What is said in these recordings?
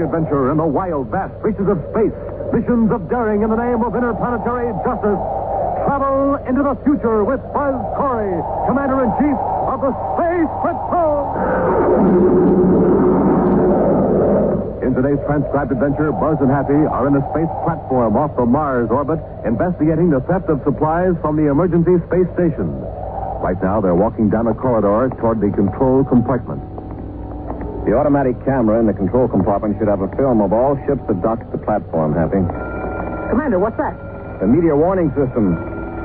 adventure in the wild, vast reaches of space, missions of daring in the name of interplanetary justice. Travel into the future with Buzz Corey, Commander in Chief of the Space Patrol. In today's transcribed adventure, Buzz and Happy are in a space platform off the Mars orbit, investigating the theft of supplies from the emergency space station. Right now, they're walking down a corridor toward the control compartment. The automatic camera in the control compartment should have a film of all ships that dock at the platform, Happy. Commander, what's that? The meteor warning system.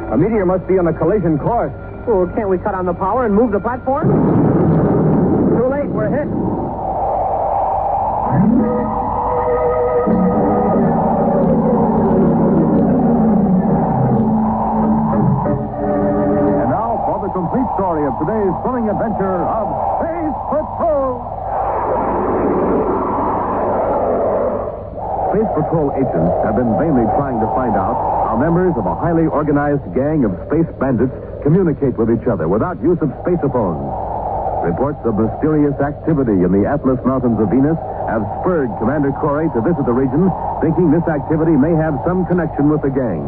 A meteor must be on a collision course. Well, Oh, can't we cut on the power and move the platform? Too late. We're hit. And now for the complete story of today's thrilling adventure of Space Patrol. Space Patrol agents have been vainly trying to find out how members of a highly organized gang of space bandits communicate with each other without use of spacephones. Reports of mysterious activity in the Atlas Mountains of Venus have spurred Commander Corey to visit the region, thinking this activity may have some connection with the gang.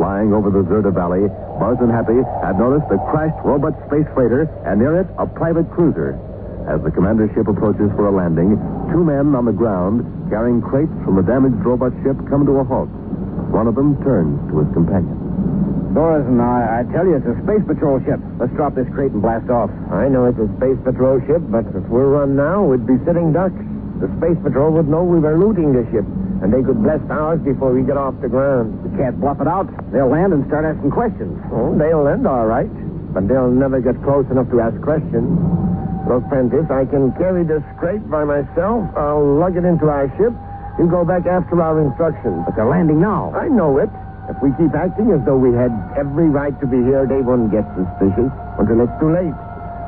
Flying over the Zerta Valley, Buzz and Happy had noticed a crashed robot space freighter and near it a private cruiser. As the commander ship approaches for a landing, two men on the ground carrying crates from the damaged robot ship come to a halt. One of them turns to his companion. Thorson, I, I tell you, it's a space patrol ship. Let's drop this crate and blast off. I know it's a space patrol ship, but if we're run now, we'd be sitting ducks. The space patrol would know we were looting the ship, and they could blast ours before we get off the ground. We can't bluff it out. They'll land and start asking questions. Oh, they'll land all right, but they'll never get close enough to ask questions. Look, Prentice, I can carry this crate by myself. I'll lug it into our ship. You go back after our instructions. But they're landing now. I know it. If we keep acting as though we had every right to be here, they won't get suspicious until it's too late.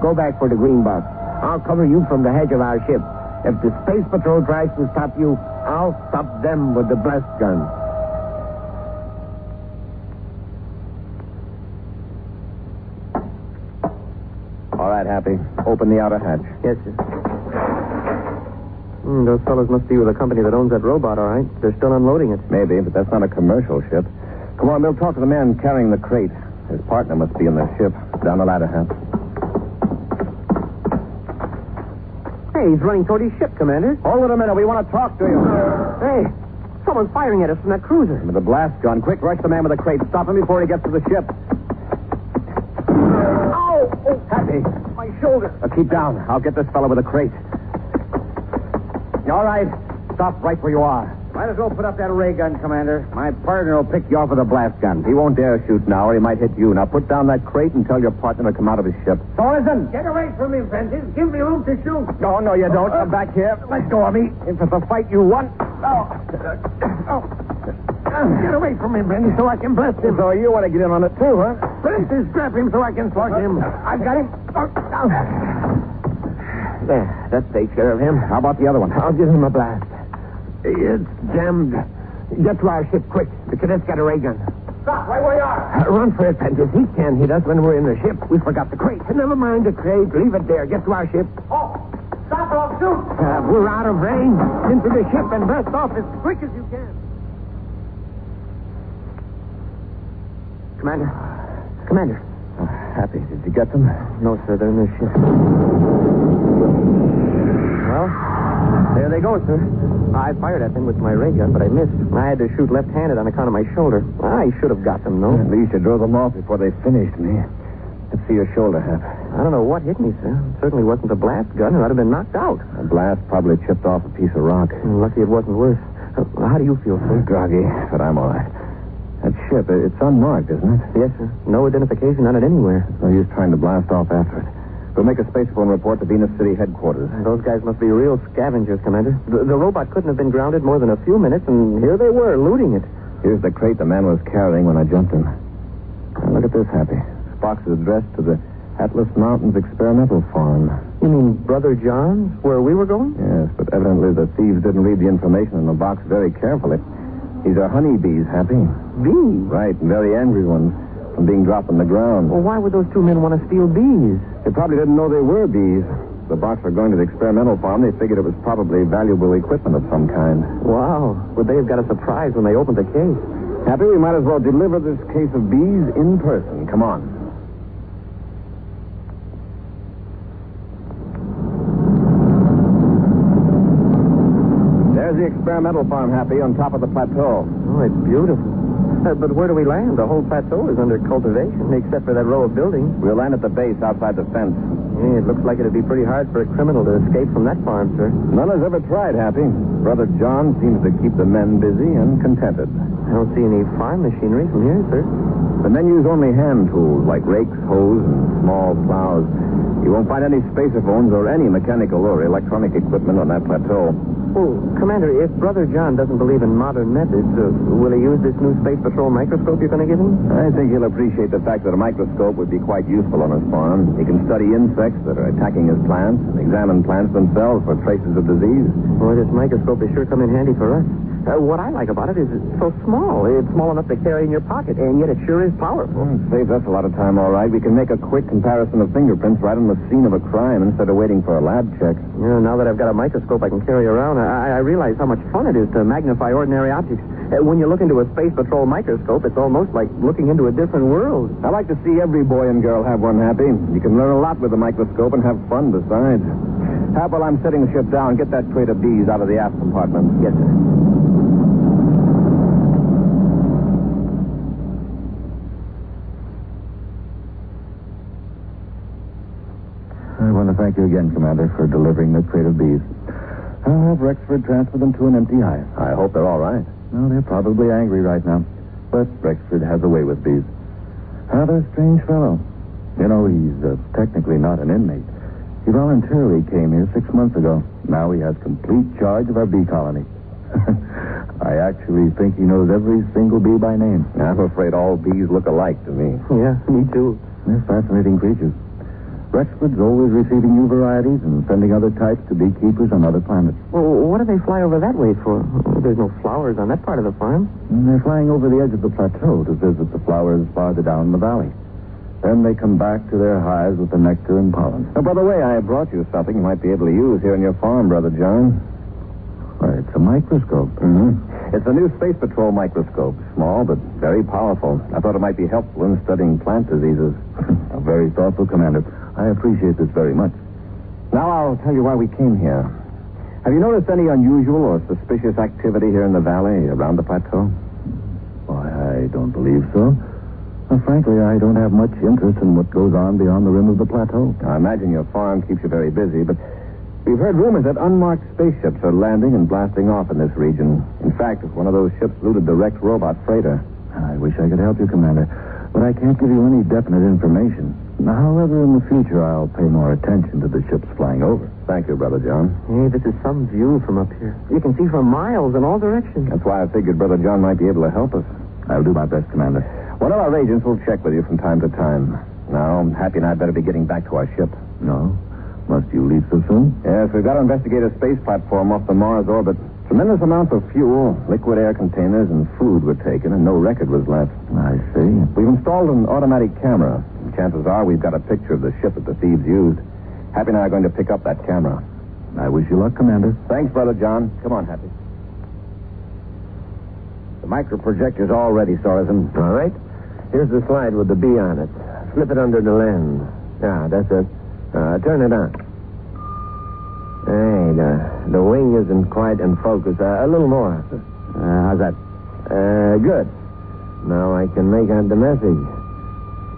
Go back for the green box. I'll cover you from the hedge of our ship. If the space patrol tries to stop you, I'll stop them with the blast gun. All right, Happy. Open the outer hatch. Yes, sir. Hmm, those fellows must be with the company that owns that robot, all right. They're still unloading it. Maybe, but that's not a commercial ship. Come on, we'll talk to the man carrying the crate. His partner must be in the ship. Down the ladder, Hap. Hey, he's running toward his ship, Commander. Hold it a minute. We want to talk to you. Hey, someone's firing at us from that cruiser. With the blast gun. Quick, rush the man with the crate. Stop him before he gets to the ship. Ow! Oh, Happy. my shoulder. Now keep down. I'll get this fellow with the crate. All right. Stop right where you are. Might as well put up that ray gun, Commander. My partner will pick you off with a blast gun. He won't dare shoot now, or he might hit you. Now put down that crate and tell your partner to come out of his ship. Thorson! Get away from me, Prentice. Give me room to shoot. No, no, you don't. Come back here. Let go of me. If it's a fight you want, Get away from me, Prentice, so I can blast him. so you want to get in on it too, huh? Prentice, grab him so I can slug him. Oh, I've got him. There, that takes care of him. How about the other one? I'll give him a blast. It's jammed. Get to our ship quick. The cadet's got a ray gun. Stop right where you Uh, are. run for it, Prentice. He can't hit us when we're in the ship. We forgot the crate. Never mind the crate. Leave it there. Get to our ship. Oh, stop or I'll shoot. Uh, we're out of range. Into the ship and burst off as quick as you can. Commander. Commander. Uh, Happy. Did you get them? No, sir. They're in the ship. Well, there they go, sir. I fired at them with my ray gun, but I missed. I had to shoot left-handed on account of my shoulder. I should have got them, though. At least you drew them off before they finished me. Let's see your shoulder, Hap. I don't know what hit me, sir. It certainly wasn't the blast gun, or I'd have been knocked out. A blast probably chipped off a piece of rock. Hmm, Lucky it wasn't worse. Uh, How do you feel, sir? Groggy, but I'm all right. That ship, it- it's unmarked, isn't it? Yes, sir. No identification on it anywhere. No use trying to blast off after it. We'll make a space phone report to Venus City headquarters. Those guys must be real scavengers, Commander. The, the robot couldn't have been grounded more than a few minutes, and here they were, looting it. Here's the crate the man was carrying when I jumped him. Now, look at this, Happy. This box is addressed to the Atlas Mountains Experimental Farm. You mean Brother John's, where we were going? Yes, but evidently the thieves didn't read the information in the box very carefully. These are honeybees, Happy. Bees? Right, very angry ones from being dropped on the ground. Well, why would those two men want to steal bees? They probably didn't know they were bees. the box were going to the experimental farm, they figured it was probably valuable equipment of some kind. Wow. Would they have got a surprise when they opened the case? Happy, we might as well deliver this case of bees in person. Come on. There's the experimental farm, Happy, on top of the plateau. Oh, it's beautiful. Uh, But where do we land? The whole plateau is under cultivation, except for that row of buildings. We'll land at the base outside the fence. Yeah, it looks like it'd be pretty hard for a criminal to escape from that farm, sir. None has ever tried, Happy. Brother John seems to keep the men busy and contented. I don't see any farm machinery from here, sir. The men use only hand tools like rakes, hoes, and small plows. You won't find any spacerphones or any mechanical or electronic equipment on that plateau. Well, Oh, Commander, if Brother John doesn't believe in modern methods, uh, will he use this new space patrol microscope you're going to give him? I think he'll appreciate the fact that a microscope would be quite useful on his farm. He can study insects that are attacking his plants and examine plants themselves for traces of disease. Boy, this microscope is sure come in handy for us. Uh, what I like about it is it's so small. It's small enough to carry in your pocket, and yet it sure is powerful. Well, it saves us a lot of time, all right. We can make a quick comparison of fingerprints right on the scene of a crime instead of waiting for a lab check. Yeah, now that I've got a microscope I can carry around, I, I realize how much fun it is to magnify ordinary objects. Uh, when you look into a space patrol microscope, it's almost like looking into a different world. I like to see every boy and girl have one happy. You can learn a lot with a microscope and have fun besides. Hap, while I'm setting the ship down, get that crate of bees out of the aft compartment. Yes, sir. I want to thank you again, Commander, for delivering the crate of bees. I'll have Rexford transfer them to an empty hive. I hope they're all right. No, they're probably angry right now. But Rexford has a way with bees. Rather a strange fellow. You know, he's uh, technically not an inmate. He voluntarily came here six months ago. Now he has complete charge of our bee colony. I actually think he knows every single bee by name. I'm afraid all bees look alike to me. Yeah, me too. They're fascinating creatures. Rexford's always receiving new varieties and sending other types to beekeepers on other planets. Well, what do they fly over that way for? There's no flowers on that part of the farm. And they're flying over the edge of the plateau to visit the flowers farther down the valley. Then they come back to their hives with the nectar and pollen. Oh, by the way, I brought you something you might be able to use here on your farm, Brother John. Why, it's a microscope. Mm-hmm. It's a new space patrol microscope. Small, but very powerful. I thought it might be helpful in studying plant diseases. very thoughtful, Commander. I appreciate this very much. Now I'll tell you why we came here. Have you noticed any unusual or suspicious activity here in the valley around the plateau? Why, I don't believe so. Well, frankly, I don't have much interest in what goes on beyond the rim of the plateau. I imagine your farm keeps you very busy, but we've heard rumors that unmarked spaceships are landing and blasting off in this region. In fact, one of those ships looted the wrecked robot freighter. I wish I could help you, Commander, but I can't give you any definite information. However, in the future, I'll pay more attention to the ships flying over. Thank you, Brother John. Hey, this is some view from up here. You can see for miles in all directions. That's why I figured Brother John might be able to help us. I'll do my best, Commander. One of our agents will check with you from time to time. Now, Happy and I better be getting back to our ship. No? Must you leave so soon? Yes, we've got to investigate a space platform off the Mars orbit. Tremendous amounts of fuel, liquid air containers, and food were taken, and no record was left. I see. We've installed an automatic camera. Chances are we've got a picture of the ship that the thieves used. Happy and I are going to pick up that camera. I wish you luck, Commander. Thanks, Brother John. Come on, Happy. The microprojector's all ready, Sorensen. All right. Here's the slide with the bee on it. Slip it under the lens. Ah, that's it. Uh, turn it on. Hey, the, the wing isn't quite in focus. Uh, a little more. Uh, how's that? Uh, good. Now I can make out the message.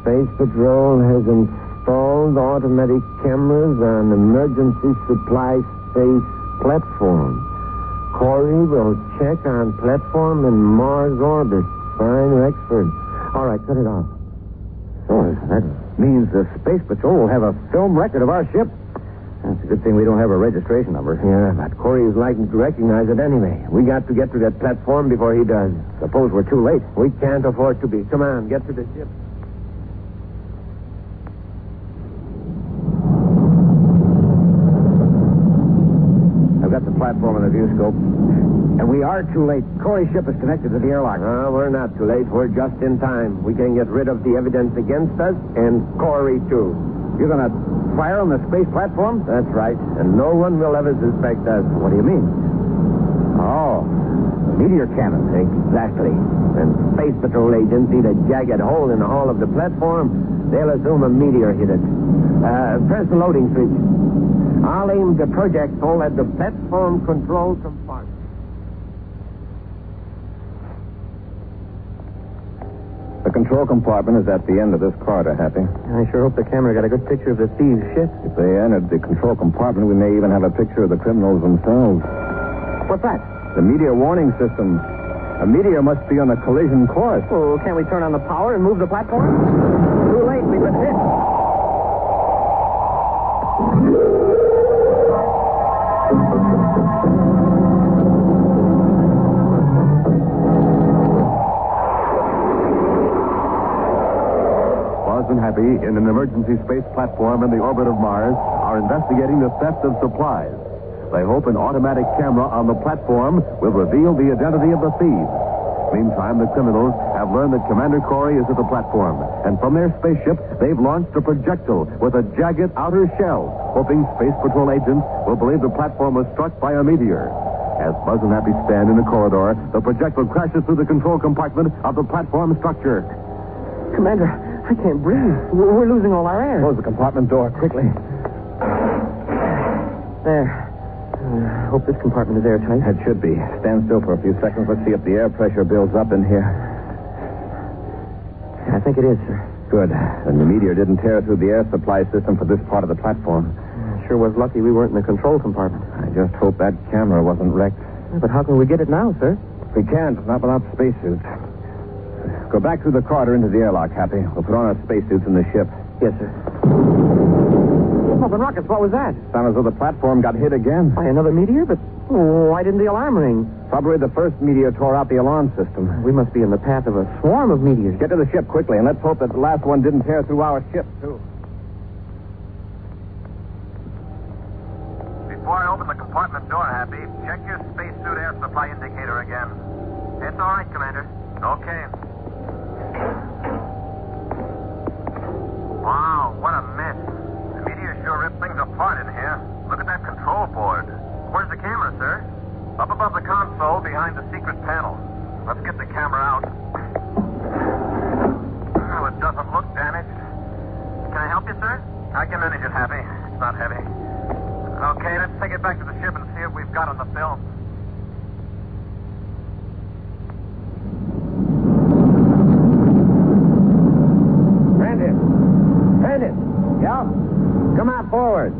Space Patrol has installed automatic cameras on emergency supply space platform. Corey will check on platform in Mars orbit. Fine, Rexford. All right, cut it off. Oh, that means the Space Patrol will have a film record of our ship. That's a good thing we don't have a registration number. Yeah, but Corey is likely to recognize it anyway. We got to get to that platform before he does. Suppose we're too late. We can't afford to be. Come on, get to the ship. I've got the platform in the view scope. And we are too late. Corey's ship is connected to the airlock. No, Ah, we're not too late. We're just in time. We can get rid of the evidence against us and Corey, too. You're going to fire on the space platform? That's right. And no one will ever suspect us. What do you mean? Oh, meteor cannon. Exactly. And Space Patrol agents see the jagged hole in the hull of the platform. They'll assume a meteor hit it. Uh, press the loading switch. I'll aim the projectile at the platform control compartment. The control compartment is at the end of this corridor, Happy. I sure hope the camera got a good picture of the thieves' ship. If they entered the control compartment, we may even have a picture of the criminals themselves. What's that? The meteor warning system. A meteor must be on a collision course. Oh, can't we turn on the power and move the platform? Too late. We've been hit. Boston Happy, in an emergency space platform in the orbit of Mars, are investigating the theft of supplies. They hope an automatic camera on the platform will reveal the identity of the thieves. Meantime, the criminals have learned that Commander Corey is at the platform, and from their spaceship, they've launched a projectile with a jagged outer shell, hoping Space Patrol agents will believe the platform was struck by a meteor. As Buzz and Happy stand in the corridor, the projectile crashes through the control compartment of the platform structure. Commander, I can't breathe. We're we're losing all our air. Oh, Close the compartment door quickly. There. Uh, hope this compartment is airtight. It should be. Stand still for a few seconds. Let's see if the air pressure builds up in here. I think it is, sir. Good. Then the meteor didn't tear through the air supply system for this part of the platform. Sure was lucky we weren't in the control compartment. I just hope that camera wasn't wrecked. Yeah, But how can we get it now, sir? We can't, not without spacesuits. Go back through the corridor into the airlock, Happy. We'll put on our spacesuits in the ship. Yes, sir. Open rockets, what was that? Sound as though the platform got hit again. Why, another meteor? But oh, why didn't the alarm ring? Probably the first meteor tore out the alarm system. We must be in the path of a swarm of meteors. Get to the ship quickly, and let's hope that the last one didn't tear through our ship, too. Before I open the compartment door, Happy, check your spacesuit air supply indicator again. It's all right, Commander. Okay. Wow, what a mess. The meteor sure ripped things apart in here. Look at that control board. Where's the camera, sir? Up above the console behind the secret panel. Let's get the camera out. Oh, it doesn't look damaged. Can I help you, sir? I can manage it, Happy. It's not heavy. Okay, let's take it back to the ship and see what we've got on the film. Brandon! Brandon! Yeah? Come out forward.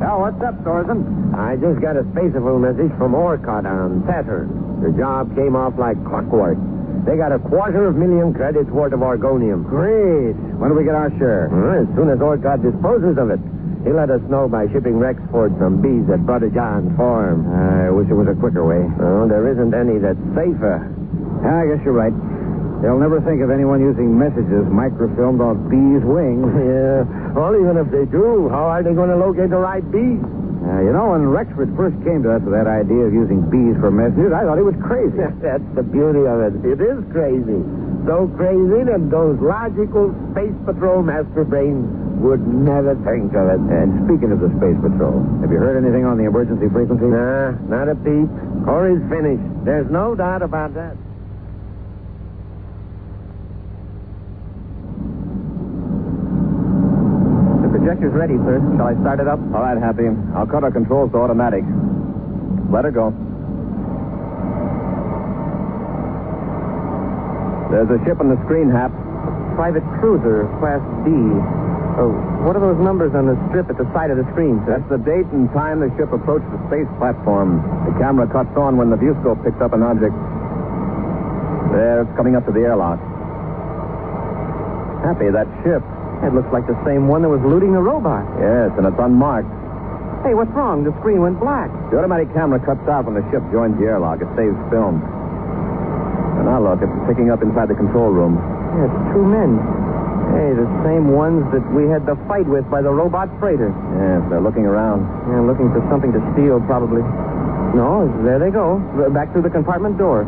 Yeah, what's up, Thorson? I just got a spaceable message from Orcot on Saturn. The job came off like clockwork. They got a quarter of million credits worth of argonium. Great. When do we get our share? Well, as soon as Orcot disposes of it, he let us know by shipping Rexford some bees at Brother John's farm. I wish it was a quicker way. Oh, there isn't any that's safer. Ah, I guess you're right. They'll never think of anyone using messages microfilmed on bees' wings. Yeah. Well, even if they do, how are they going to locate the right bees? Uh, you know, when Rexford first came to us with that idea of using bees for messages, I thought he was crazy. That's the beauty of it. It is crazy. So crazy that those logical space patrol master brains would never think of it. And speaking of the Space Patrol, have you heard anything on the emergency frequency? Nah, not a peep. Corey's finished. There's no doubt about that. The projector's ready, sir. Shall I start it up? All right, Happy. I'll cut our controls to automatic. Let her go. There's a ship on the screen, Hap. Private Cruiser, Class B. Oh, what are those numbers on the strip at the side of the screen, sir? That's the date and time the ship approached the space platform. The camera cuts on when the viewscope picks up an object. There, it's coming up to the airlock. Happy, that ship. It looks like the same one that was looting the robot. Yes, and it's unmarked. Hey, what's wrong? The screen went black. The automatic camera cuts out when the ship joins the airlock. It saves film. And now look, it's picking up inside the control room. Yeah, it's two men. Hey, the same ones that we had the fight with by the robot freighter. Yes, they're looking around. Yeah, looking for something to steal, probably. No, there they go. Back through the compartment door.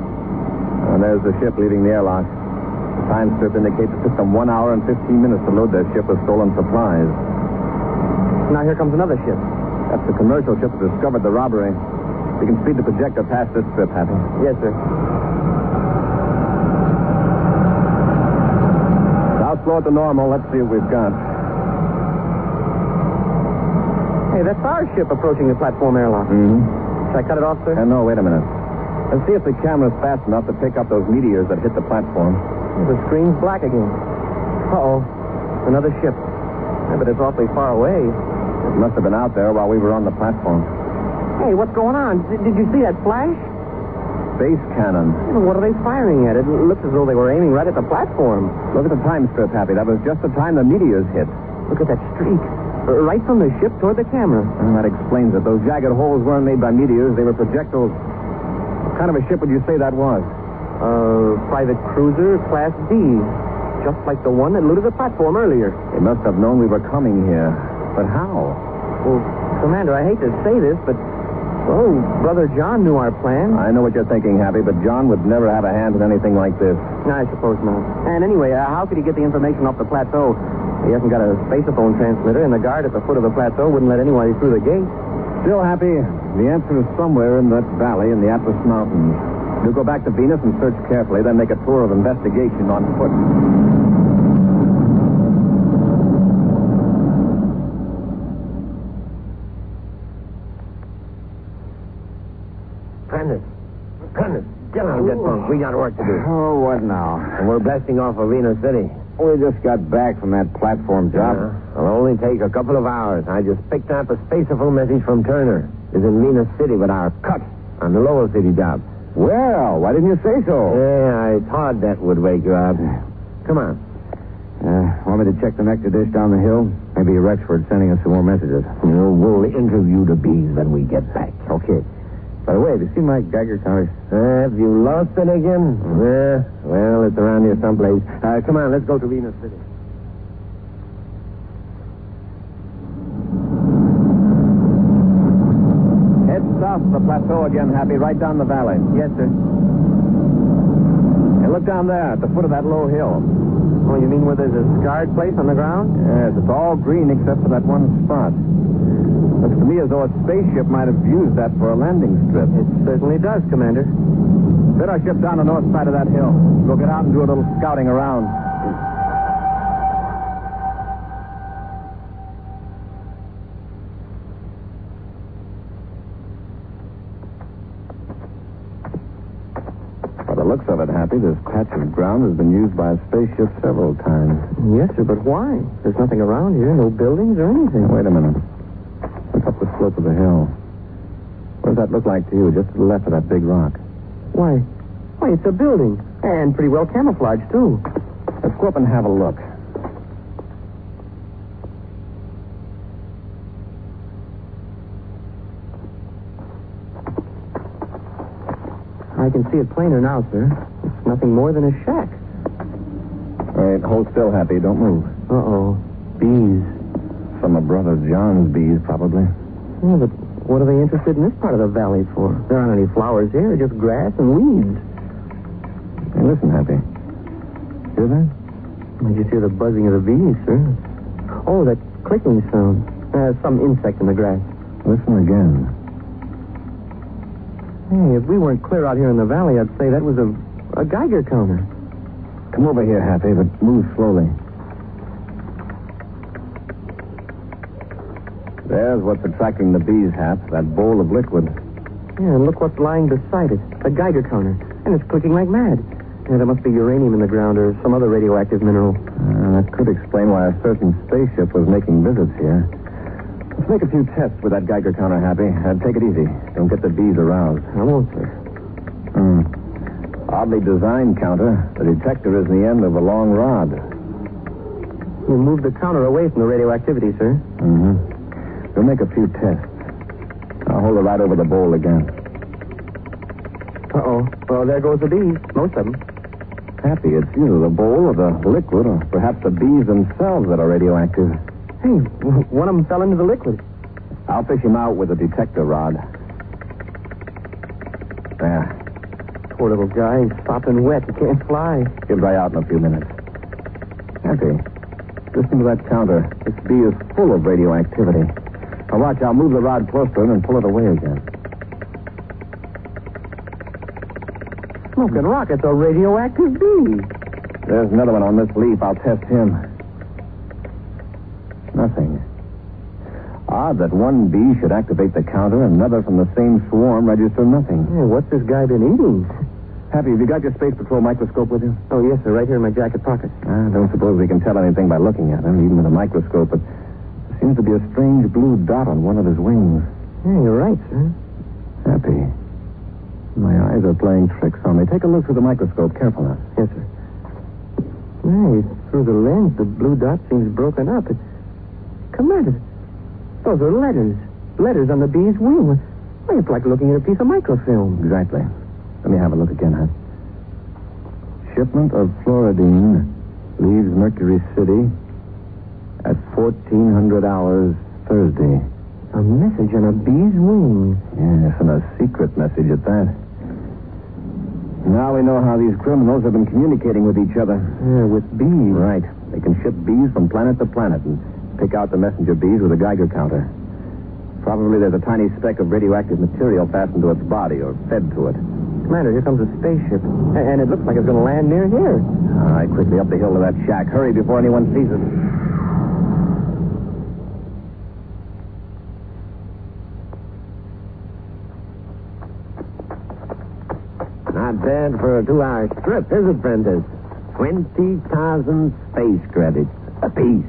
And there's the ship leaving the airlock. The time strip indicates it took them one hour and 15 minutes to load their ship with stolen supplies. Now here comes another ship. That's the commercial ship that discovered the robbery. We can speed the projector past this strip, Happy. Yes, sir. South floor to normal. Let's see what we've got. Hey, that's our ship approaching the platform airlock. Mm-hmm. Should I cut it off, sir? no, wait a minute. Let's see if the camera's fast enough to pick up those meteors that hit the platform. The screen's black again. Uh-oh. Another ship. Yeah, but it's awfully far away. It must have been out there while we were on the platform. Hey, what's going on? Did, did you see that flash? Space cannon. What are they firing at? It looks as though they were aiming right at the platform. Look at the time strip, Happy. That was just the time the meteors hit. Look at that streak. Uh, Right from the ship toward the camera. Well, that explains it. Those jagged holes weren't made by meteors, they were projectiles. What kind of a ship would you say that was? Uh, private cruiser class D. Just like the one that looted the platform earlier. They must have known we were coming here. But how? Well, Commander, I hate to say this, but... Oh, Brother John knew our plan. I know what you're thinking, Happy, but John would never have a hand in anything like this. I suppose not. And anyway, uh, how could he get the information off the plateau? He hasn't got a spaceophone transmitter, and the guard at the foot of the plateau wouldn't let anybody through the gate. Still, Happy, the answer is somewhere in that valley in the Atlas Mountains. We'll go back to Venus and search carefully, then make a tour of investigation on foot. Prentice. Prentice, get on that bunk. We got work to do. Oh, what now? And we're blasting off Arena City. Uh, We just got back from that platform job. It'll only take a couple of hours. I just picked up a spaceable message from Turner. Is in Venus City with our cut on the Lowell City job. Well, why didn't you say so? Yeah, I thought that would wake you up. Come on. Uh, want me to check the nectar dish down the hill? Maybe Rexford's sending us some more messages. we'll interview the bees when we get back. Okay. By the way, have you seen my Geiger Mm-hmm. counter? have you lost it again? Yeah. Well, it's around here someplace. Uh, come on, let's go to Venus City. Head south of the plateau again, Happy, right down the valley. Yes, sir. And look down there at the foot of that low hill. Oh, you mean where there's a scarred place on the ground? Yes, it's all green except for that one spot. Looks to me as though a spaceship might have used that for a landing strip. It certainly does, Commander. Set our ship down the north side of that hill. We'll get out and do a little scouting around. By the looks of it, Happy, this patch of ground has been used by a spaceship several times. Yes, sir, but why? There's nothing around here, no buildings or anything. Wait a minute. Look up the slope of the hill. What does that look like to you, just to the left of that big rock? Why? Why, it's a building. And pretty well camouflaged, too. Let's go up and have a look. I can see it plainer now, sir. It's nothing more than a shack. Wait, hold still, Happy. Don't move. Uh-oh. Bees. Some of Brother John's bees, probably. Yeah, but what are they interested in this part of the valley for? There aren't any flowers here, just grass and weeds. Hey, listen, Happy. Hear that? I just hear the buzzing of the bees, sir. Oh, that clicking sound. Uh, some insect in the grass. Listen again. Hey, if we weren't clear out here in the valley, I'd say that was a, a Geiger counter. Come over here, Happy, but move slowly. There's what's attracting the bees, Hap. That bowl of liquid. Yeah, and look what's lying beside it. A Geiger counter. And it's clicking like mad. Yeah, there must be uranium in the ground or some other radioactive mineral. Uh, that could explain why a certain spaceship was making visits here. Let's make a few tests with that Geiger counter, Happy. And take it easy. Don't get the bees aroused. I won't, sir. Hmm. Oddly designed counter. The detector is the end of a long rod. We'll move the counter away from the radioactivity, sir. Mm-hmm. We'll make a few tests. I'll hold it right over the bowl again. Uh-oh. Well, there goes the bees. Most of them. Happy, it's either the bowl or the liquid or perhaps the bees themselves that are radioactive. Hey, w- one of them fell into the liquid. I'll fish him out with a detector rod. There. Poor little guy. He's popping wet. He can't fly. He'll dry out in a few minutes. Empty. Listen to that counter. This bee is full of radioactivity. Now watch, I'll move the rod close to him and pull it away again. Smoking rockets are radioactive bees. There's another one on this leaf. I'll test him. Nothing. Odd that one bee should activate the counter and another from the same swarm register nothing. Hey, what's this guy been eating? Happy, have you got your space patrol microscope with you? Oh, yes, sir, right here in my jacket pocket. I don't suppose we can tell anything by looking at him, even with a microscope, but there seems to be a strange blue dot on one of his wings. Yeah, you're right, sir. Happy. My eyes are playing tricks on me. Take a look through the microscope. Careful now. Yes, sir. Hey, through the lens, the blue dot seems broken up. It... Commander, those are letters. Letters on the bee's wing. Why, it's like looking at a piece of microfilm. Exactly. Let me have a look again, huh? Shipment of fluoridine leaves Mercury City at 1400 hours Thursday. A message on a bee's wing. Yes, and a secret message at that. Now we know how these criminals have been communicating with each other. Yeah, with bees. Right. They can ship bees from planet to planet and pick out the messenger bees with a Geiger counter. Probably there's a tiny speck of radioactive material fastened to its body or fed to it. Commander, here comes a spaceship. A- And it looks like it's going to land near here. All right, quickly up the hill to that shack. Hurry before anyone sees us. Not bad for a two-hour trip, is it, Prentice? 20,000 space credits apiece.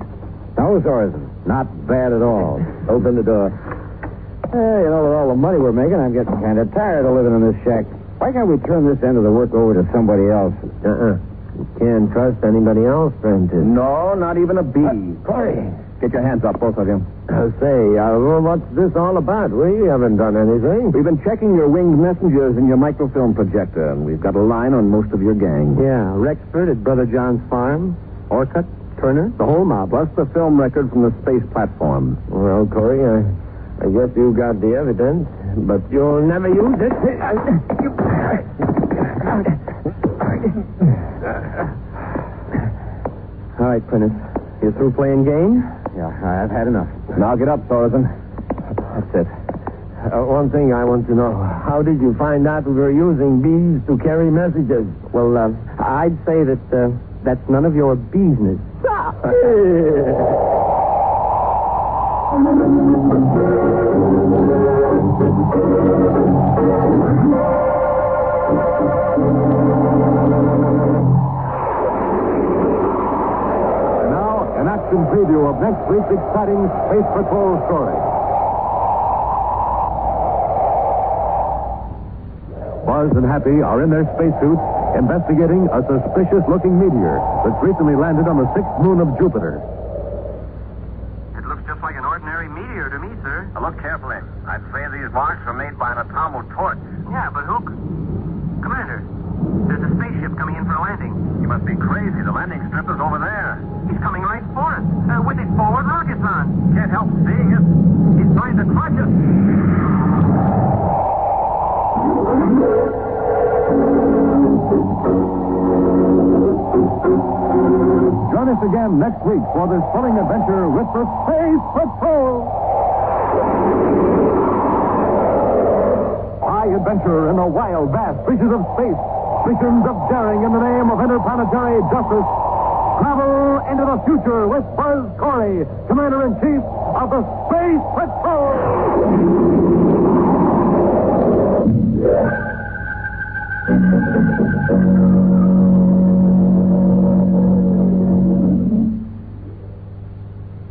No, Sorensen. Not bad at all. Open the door. Hey, you know, with all the money we're making, I'm getting kind of tired of living in this shack. Why can't we turn this end of the work over to somebody else? Uh-uh. You can't trust anybody else, Prentice. No, not even a bee. Corey. Get your hands up, both of you. Uh, say, uh, well, what's this all about? We haven't done anything. We've been checking your winged messengers and your microfilm projector, and we've got a line on most of your gang. Yeah, Rexford at Brother John's farm. Orcutt, Turner. The whole mob, plus the film record from the space platform. Well, Corey, I, I guess you got the evidence, but you'll never use it. Uh, All right, Prentice. You through playing game? Yeah, I've had enough. Now get up, Sorensen. That's it. Uh, one thing I want to know. How did you find out we were using bees to carry messages? Well, uh, I'd say that uh, that's none of your business. Ah! And now, an action preview of next week's exciting Space Patrol story. Buzz and Happy are in their spacesuits investigating a suspicious looking meteor that's recently landed on the sixth moon of Jupiter. It looks just like an ordinary meteor to me, sir. Now look carefully. I'd say these marks were made by an atomic torch. Yeah, but who? c- Commander, there's a spaceship coming in for a landing. You must be crazy. The landing strip is over there. He's coming right for us uh, with his forward rockets on. Can't help seeing it. He's trying to crush us. Join us again next week for this thrilling adventure with the Space Patrol. High adventure in the wild, vast reaches of space. Missions of daring in the name of interplanetary justice. Travel into the future with Buzz Corey, Commander in Chief of the Space Patrol.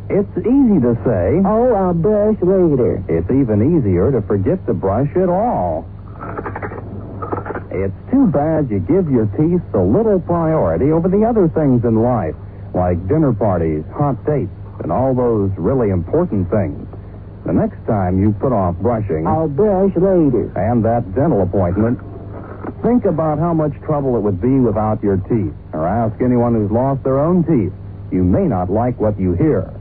It's easy to say. Oh, I'll brush later. It's even easier to forget to brush at all. It's too bad you give your teeth so little priority over the other things in life, like dinner parties, hot dates, and all those really important things. The next time you put off brushing Oh. brush later. and that dental appointment, think about how much trouble it would be without your teeth, or ask anyone who's lost their own teeth. You may not like what you hear.